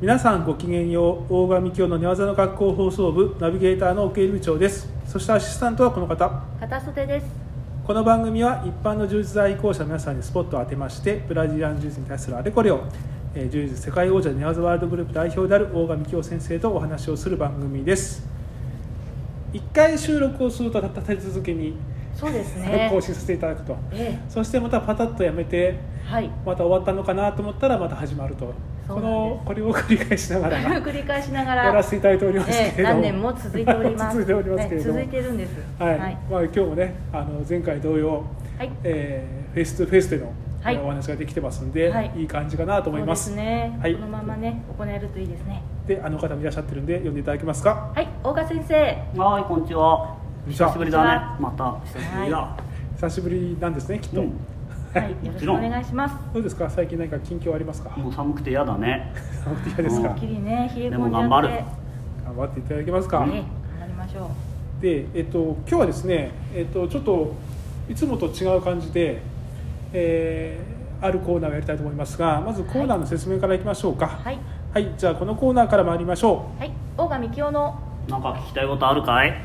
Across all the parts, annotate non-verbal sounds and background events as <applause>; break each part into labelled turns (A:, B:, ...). A: 皆さんごきげんよう大神教の寝技の学校放送部ナビゲーターの奥井部長ですそしてアシスタントはこの方
B: 片袖です
A: この番組は一般の柔術愛好者の皆さんにスポットを当てましてブラジリアン柔術に対するあれこれを、えー柔術世界王者寝技ワールドグループ代表である大神京先生とお話をする番組です一回収録をすると立て続けに
B: そうですね
A: <laughs> 更新させていただくと、
B: え
A: そしてまたパタッとやめて
B: えはい
A: また終わったのかなと思ったらまた始まると
B: そうなんで
A: こ
B: す
A: のこれを繰り返しながら
B: <laughs> 繰り返しながら
A: やらせていただいておりますけれ
B: え
A: ど
B: え
A: も、
B: 何年も続いております
A: <laughs> 続いておりますけれども
B: ね続いてるんです
A: はい
B: はい、
A: まあ、今日もねあの前回同様、
B: はい
A: えーフェイストゥフェイスでの、
B: はい
A: えーお話ができてますんで、
B: はい
A: い、い感じかなと思います
B: そうですね、
A: はい
B: このままね行えるといいですね
A: であの方もいらっしゃってるんで呼んでいただけますか
B: はい大賀先生
C: はい、こんにちは。
A: にちは
C: 久しぶりだね。また久しぶりだ
B: は。
A: 久しぶりなんですねきっと、
C: うん
B: はいよろしくお願いします
A: どうですか最近何か近況あります <laughs> か
C: もう寒くて嫌だね。
A: 寒くて嫌です
C: う
A: か
C: ん
B: きりね冷え込んじゃって
C: でも頑張る
A: 頑張っていただけますか、
B: ね頑張りましょう
A: で、えっと、今日はですね、えっと、ちょっといつもと違う感じで、えーあるコーナーをやりたいと思いますがまずコーナーの説明からいきましょうかは、
B: はいい
A: じゃあこのコーナーから参りましょう
B: はい大賀幹雄の
C: なんか聞きたいことあるかい？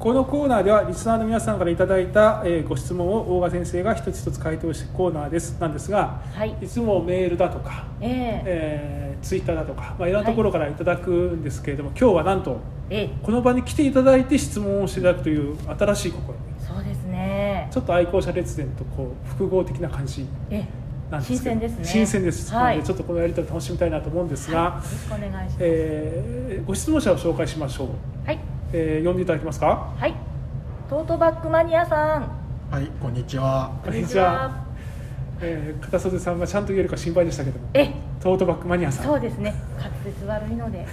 A: このコーナーではリスナーの皆さんからいただいた、えーご質問を大賀先生が一つ一つ回答していくコーナーですなんですが
B: はい
A: いつもメールだとか、
B: ええ
A: えーツイッターだとか、まあ、いろんなところからいただくんですけれども、今日はなんと
B: ええ
A: この場に来ていただいて質問をしていただくという新しい試み
B: そうですね
A: ちょっと愛好者列伝とこう複合的な感じ
B: ええ
A: なんですけど
B: 新鮮ですね
A: 新鮮です、
B: はい
A: なのでちょっとこのやり取り楽しみたいなと思うんですが、
B: よろしくお願いします、
A: えーご質問者を紹介しましょう、
B: はい
A: えー呼んでいただけますか
B: はいトートバッグマニアさん
D: はい、こんにちは。
A: こんにちはえー片袖さんがちゃんと言えるか心配でしたけども
B: え
A: トートバッグマニアさん
B: そう
A: よ
B: ですね滑舌悪いのでは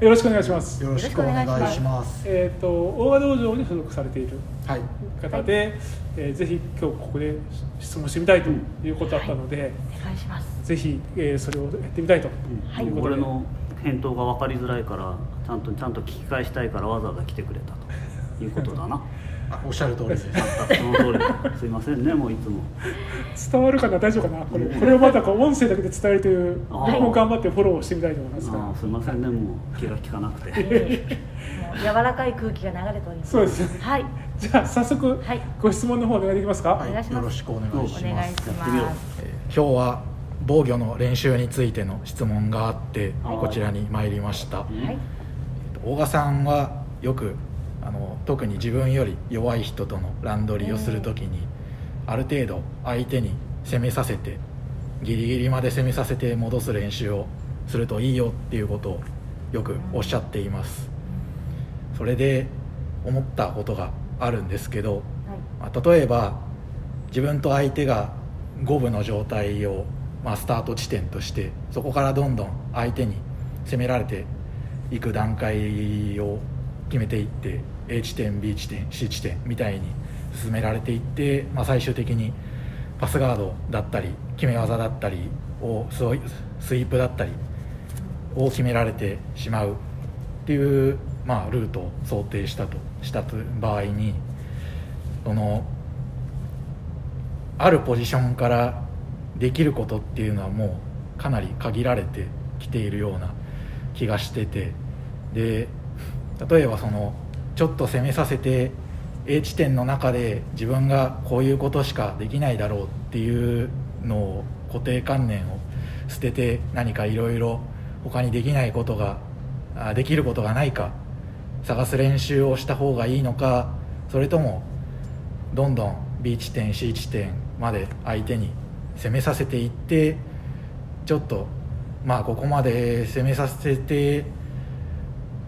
B: い
A: ろしくお願いします
D: よろしくお願いします。
A: えっ、と大和道場に所属されている
D: はい、
A: 方で、えーぜひ今日ここで質問してみたいということだったので、
B: お願いします
A: ぜひ、えーそれをやってみたいと
B: はい
A: いうことで、
C: 俺の返答が分かりづらいから、ちゃんとちゃんと聞き返したいからわざわざ来てくれたということだな。
D: あおっしゃる通りです。
C: その通りだ。すいませんね、もういつも。
A: 伝わるかな大丈夫かなこれこれをまたこう音声だけで伝えるという
C: あー
A: 僕も頑張ってフォローしてみたいと思います
C: あ
A: が
C: ーすいませんね、もう気が利かなくて。
B: ええもう柔らかい空気が流れております
A: そうですね
B: はい
A: じゃあ早速
B: はい
A: ご質問の方お願いできますか、
B: お
D: は
B: 願いします
D: い、よろしくお願
B: お
D: いしま
B: 願い
D: す。
B: し
C: やっ
B: ま
C: てみよう
B: す
D: えー今日は防御の練習についての質問があって、
C: はい
D: こちらに参りました。
B: はい
D: 大賀さんはよくあの特に自分より弱い人との乱取りをするときに、ある程度相手に攻めさせてギリギリまで攻めさせて戻す練習をするといいよっていうことをよくおっしゃっています、それで思ったことがあるんですけど、
B: はい
D: まあ例えば自分と相手が五分の状態を、まあ、スタート地点としてそこからどんどん相手に攻められていく段階を決めていって A 地点 B 地点 C 地点みたいに進められていって、まあ、最終的にパスガードだったり決め技だったりをスイスイープだったりを決められてしまうっていう、まあ、ルートを想定したとした場合にそのあるポジションからできることっていうのはもうかなり限られてきているような気がしててで例えばそのちょっと攻めさせて A 地点の中で自分がこういうことしかできないだろうっていうのを固定観念を捨てて何かいろいろ他にできないことがあできることがないか探す練習をした方がいいのかそれともどんどん B 地点 C 地点まで相手に攻めさせていってちょっとまあここまで攻めさせて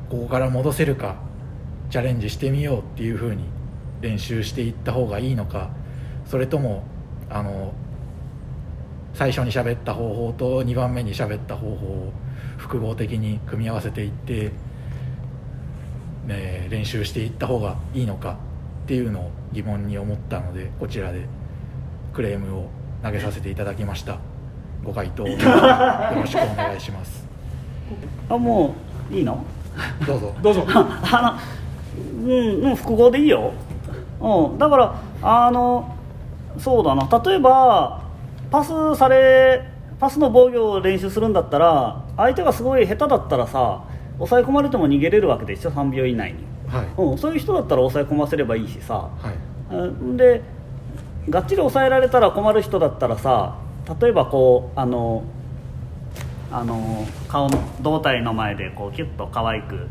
D: ここから戻せるかチャレンジしてみようっていうふうに練習していった方がいいのかそれともあの最初に喋った方法と2番目に喋った方法を複合的に組み合わせていってえー練習していった方がいいのかっていうのを疑問に思ったのでこちらでクレームを投げさせていただきましたご回
C: <laughs>
D: 答をよろしくお願いします
C: あ、もういいの？
D: どうぞ
A: どうぞ
C: あのうんうん複合でいいよ、うん、だからあのそうだな例えばパスされパスの防御を練習するんだったら相手がすごい下手だったらさ抑え込まれても逃げれるわけでしょ3秒以内に、
D: はい
C: うん、そういう人だったら抑え込ませればいいしさ
D: はい
C: うんでがっちり抑えられたら困る人だったらさ例えばこうあのあの顔の胴体の前でこうキュッと可愛く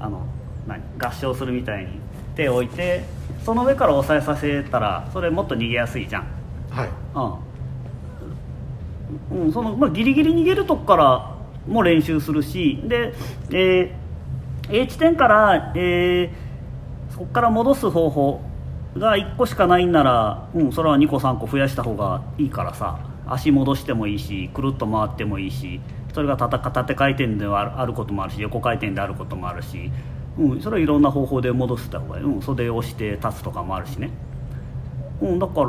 C: あの何合掌するみたいに手を置いてその上から押さえさせたらそれもっと逃げやすいじゃん
D: はい
C: うん、うんそのまあ、ギリギリ逃げるとこからも練習するしで、えー A 地点から、えーそこから戻す方法が1個しかないんなら、うん、それは2個3個増やした方がいいからさ足戻してもいいしくるっと回ってもいいしそれがたたか縦回転であるあることもあるし横回転であることもあるし、うん、それはいろんな方法で戻した方がいい、うん、袖を押して立つとかもあるしね、うん、だから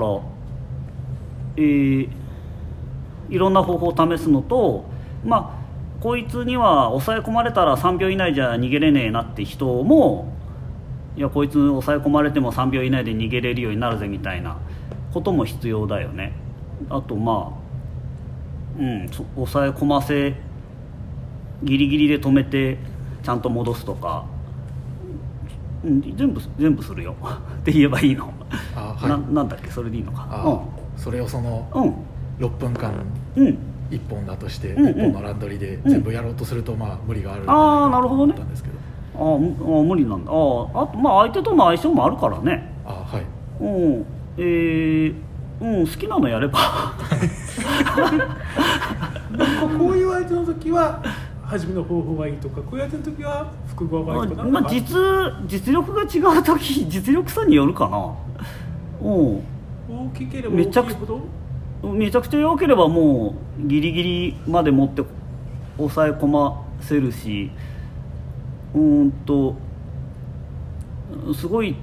C: えーいろんな方法を試すのと、まあ、こいつには抑え込まれたら3秒以内じゃ逃げれねえなって人もいやこいつ抑え込まれても3秒以内で逃げれるようになるぜみたいなことも必要だよねあとまあうんそ抑え込ませギリギリで止めてちゃんと戻すとか、うん、全部全部するよ <laughs> って言えばいいの、
D: あはい
C: ななんだっけそれでいいのか
D: あーそれをその
C: うんうん
D: 6分間
C: うん
D: 1本だとして
C: うんうん
D: 1本の乱取りで全部やろうとするとまあ無理がある
C: あーなるほどね
D: と思ったんですけど
C: ああむああ無理なんだあああとまあ相手との相性もあるからね
D: あーはい
C: うんえーうん、好きなのやれ
A: こ
C: ば
A: こういう相手の時は初めの方法がいいとかこういう相手の時は複合がいいとか
C: <laughs> まあ
A: なんか
C: 実実力が違う時実力差によるかなうん
A: 大きければ
C: め
A: 大
C: ちゃ
A: き
C: く
A: いほど
C: めちゃくちゃ弱ければもうギリギリまで持って抑え込ませるしうーんとすごい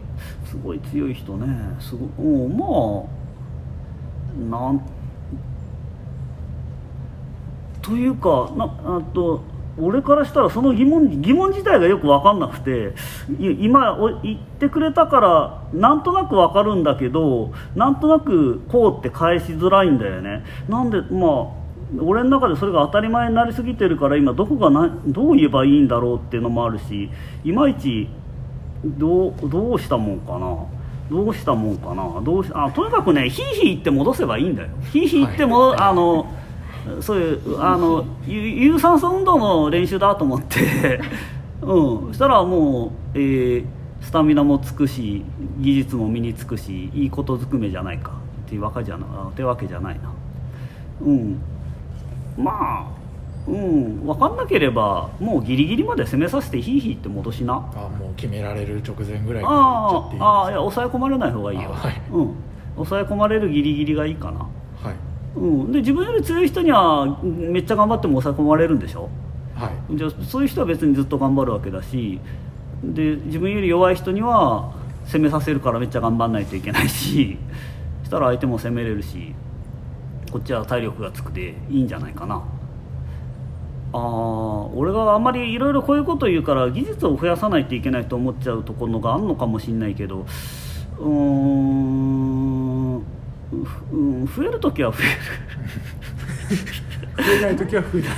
C: すごい強い人ねすごうんまあなんというかなあと俺からしたらその疑問疑問自体がよく分かんなくてい今お言ってくれたからなんとなく分かるんだけどなんとなくこうって返しづらいんだよねなんでまあ俺の中でそれが当たり前になりすぎてるから今どこがなどう言えばいいんだろうっていうのもあるしいまいちどうどうしたもんかなどうしたもんかなどうしあとにかくねヒーヒー言って戻せばいいんだよヒーヒー言っても、
D: はい
C: あのそういうあの有有酸素運動の練習だと思って <laughs> うんそしたらもう、えースタミナもつくし技術も身につくしいいことずくめじゃないかっていうわけじゃなあってわけじゃないなうんまあうん分かんなければもうギリギリまで攻めさせてヒーヒーって戻しな
D: あーもう決められる直前ぐらいに行っ
C: あ
D: ちゃっていい
C: あああいや抑え込まれない方がいいよ、
D: あはい
C: うん、抑え込まれるギリギリがいいかな、
D: はい
C: うん、で自分より強い人にはめっちゃ頑張っても抑え込まれるんでしょ
D: はい
C: じゃあそういう人は別にずっと頑張るわけだしで自分より弱い人には攻めさせるからめっちゃ頑張んないといけないしそしたら相手も攻めれるしこっちは体力がつくでいいんじゃないかなあー俺があんまりいろいろこういうこと言うから技術を増やさないといけないと思っちゃうところがあるのかもしれないけどうーんふうん増える時は増える。
A: 増えない時は増えない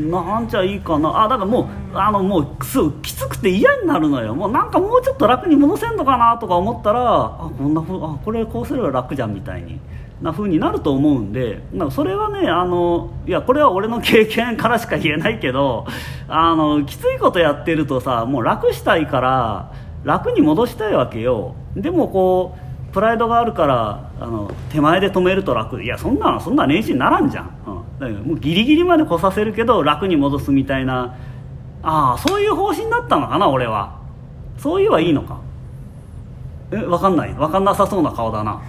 C: うんなんじゃいいかなあだからもうあのもうすぐきつくて嫌になるのよもうなんかもうちょっと楽に戻せんのかなとか思ったらあこんなふうあこれこうすれば楽じゃんみたいにな風になると思うんでなんかそれはねあのいやこれは俺の経験からしか言えないけどあのきついことやってるとさもう楽したいから楽に戻したいわけよでもこうプライドがあるからあの手前で止めると楽いやそんなそんな練習にならんじゃん、うんだけどもうギリギリまで来させるけど楽に戻すみたいなああそういう方針だったのかな俺はそういうはいいのかえ分かんない分かんなさそうな <laughs> 顔だな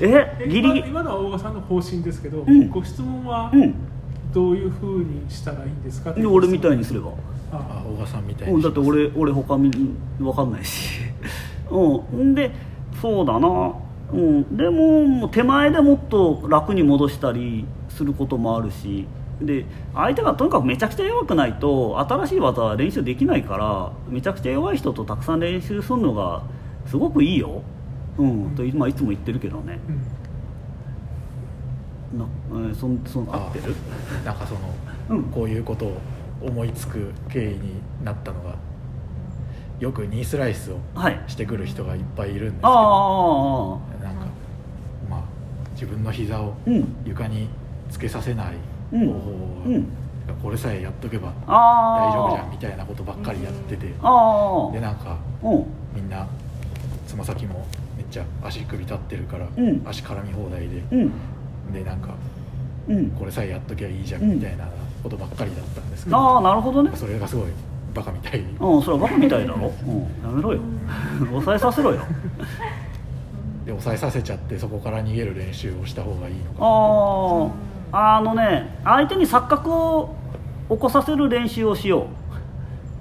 C: え
A: え
C: ギリギ
A: 今
C: リ
A: 今のは大賀さんの方針ですけど、
C: ん
A: ご質問は
C: うん
A: どういうふうにしたらいいんですか
C: で俺みた
A: い
C: いにすれば
A: あ
D: あー大賀さんみたい
C: うん
D: に
C: だって俺俺他み分かんないし <laughs> うんでそうだなうんでももう手前でもっと楽に戻したりすることもあるしで相手がとにかくめちゃくちゃ弱くないと新しい技は練習できないからめちゃくちゃ弱い人とたくさん練習するのがすごくいいようんと今いつも言ってるけどね
A: うん
C: なうんそんその合ってる
D: なんかその
C: うん
D: こういうことを思いつく経緯になったのがよくニースライスを
C: はい
D: してくる人がいっぱいいるんですけ
C: ああ
D: ど
C: あああ
D: なんかまあ自分の膝を
C: あうん
D: 床につけさせない
C: う
D: 方
C: ん
D: 法を、
C: うん
D: これさえやっとけば大丈夫じゃん
C: あ
D: みたいなことばっかりやってて
B: う
C: ああ
D: でなん
C: あ
D: か
C: うん
D: みんなつま先もめっちゃ足首立ってるから、
C: うん
D: 足絡み放題で、
C: うん
D: でなんか
C: うん
D: これさえやっときゃいいじゃん
C: うん
D: みたいなことばっかりだったんですけど、
C: ああなるほどね
D: それがすごいバカみたいに
C: うんそれはバカみたいだろ、うん、やめろよ <laughs> 抑えさせろよ
D: で抑えさせちゃってそこから逃げる練習をした方がいいのか
C: あああのね相手に錯覚を起こさせる練習をしよ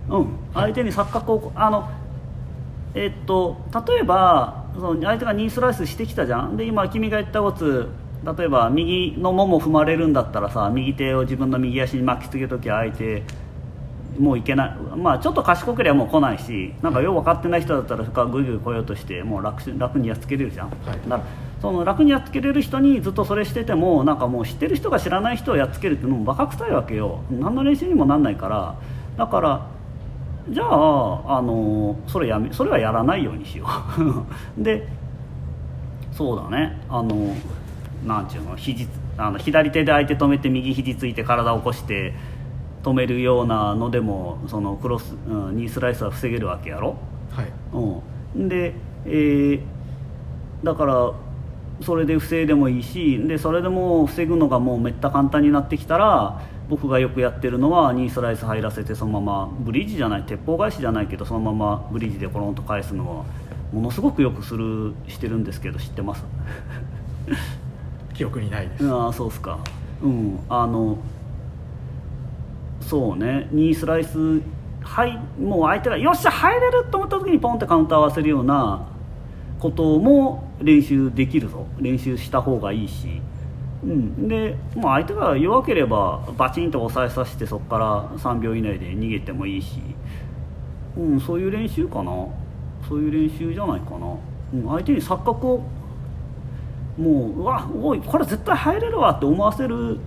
C: ううん相手に錯覚を起こあのえっと例えばその相手がニースライスしてきたじゃんで今君が言ったコツ例えば右のもも踏まれるんだったらさ右手を自分の右足に巻きつけるときは相手もういけないまあちょっと賢ければもう来ないしなんかよう分かってない人だったらそこからグイグイ来ようとしてもう楽し楽にやっつけれるじゃん、
D: い
C: だからその楽にやっつけれる人にずっとそれしててもなんかもう知ってる人が知らない人をやっつけるってもうバカ臭いわけよ何の練習にもなんないからだからじゃああのそれやめそれはやらないようにしよう <laughs> でそうだねあのなんていうの肘あの左手で相手止めて右肘ついて体を起こして止めるようなのでもそのクロス、うん、ニースライスは防げるわけやろ、
D: はい
C: うん、で、えーだからそれで防いでもいいしでそれでもう防ぐのがもうめった簡単になってきたら僕がよくやってるのはニースライス入らせてそのままブリッジじゃない鉄砲返しじゃないけどそのままブリッジでコロンと返すのはものすごくよくするしてるんですけど知ってます
D: 記憶にないです、
C: ああそうっすかうんあのそうね2スライスはいもう相手がよっしゃ入れると思った時にポンってカウンター合わせるようなことも練習できるぞ練習した方がいいし、うん、で、まあ、相手が弱ければバチンと押さえさせてそこから3秒以内で逃げてもいいし、うん、そういう練習かなそういう練習じゃないかな、うん、相手に錯覚をもううわおいこれ絶対入れるわって思わせる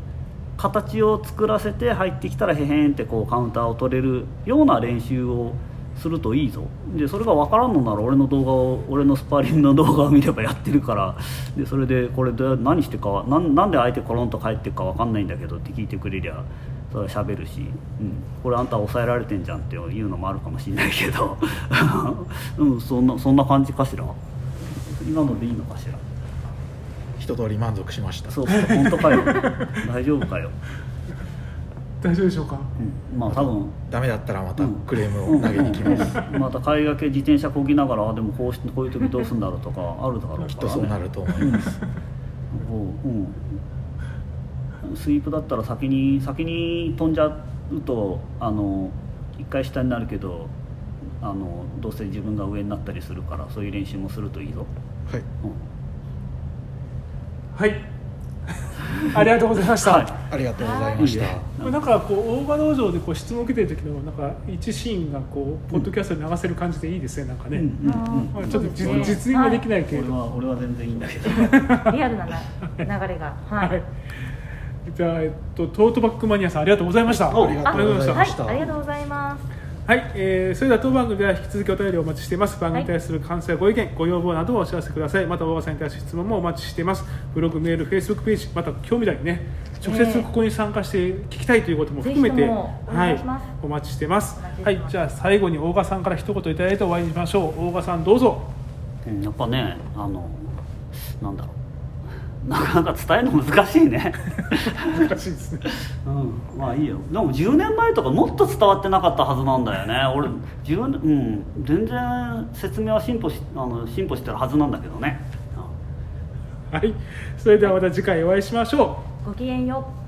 C: 形を作らせて入ってきたらへへんってこうカウンターを取れるような練習をするといいぞでそれが分からんのなら俺の動画を俺のスパーリングの動画を見ればやってるからでそれでこれで何してかはなんなんで相手コロンと帰ってくか分かんないんだけどって聞いてくれりゃそれは喋るし、うん、これあんた抑えられてんじゃんっていうのもあるかもしれないけど、 <laughs> うん、そんなそんな感じかしら今のでいいのかしら
D: 一通り満足しました
C: そうそう本当かよ大丈夫かよ、
A: 大丈夫でしょうか
C: うん、まあ多分
D: ダメだったらまた
C: うん
D: クレームを投げに来ます、
C: うんまた買いがけ自転車こぎながらあでもこうしてこういう時どうするんだろうとかあるだろうから、ね、
D: きっとそうなると思います、
C: うんうん、スイープだったら先に先に飛んじゃうとあの一回下になるけどあのどうせ自分が上になったりするからそういう練習もするといいぞ、
D: はい
C: うん、
A: はいありがとうございました、
C: はい
D: ありがとうございました、
C: いいね
A: これなんかこう大賀道場でこう質問を受けてる時のなんか一シーンがこうポッドキャストで流せる感じでいいですねなんかね、
C: うんうんうん
A: まあ、ちょっと実,、
B: そうですね
A: 実演はできないけれ
C: 俺
A: ど、
C: は俺は全然いいんだけど
B: リアルなな流れがは
A: はい
B: い、
A: じゃあ、えっと、トートバッグマニアさんありがとうございました
D: ありがとうございました
B: はい、ありがとうございます
A: はい、えーそれでは当番組では引き続きお便りをお待ちしています番組に対する感想やご意見、ご要望などをお知らせくださいまた大川さんに対する質問もお待ちしていますブログメールフェイスブックページまた興味ないね直接ここに参加して聞きたいということも含めて、
B: ぜひともお願いします
A: お待ちしてます
B: お待ちして
A: は
B: ます
A: いじゃあ最後に大川さんから一言いただいてお会いしましょう大川さんどうぞ
C: うんやっぱねあのなんだろう <laughs> なかなか伝えるの難しいね、 <laughs>
A: 難しいですね
C: うん、まあいいよでも10年前とかもっと伝わってなかったはずなんだよね俺10年うん全然説明は進歩しあの進歩してるはずなんだけどね、うん
A: はいそれではまた次回お会いしましょう
B: ごきげんよう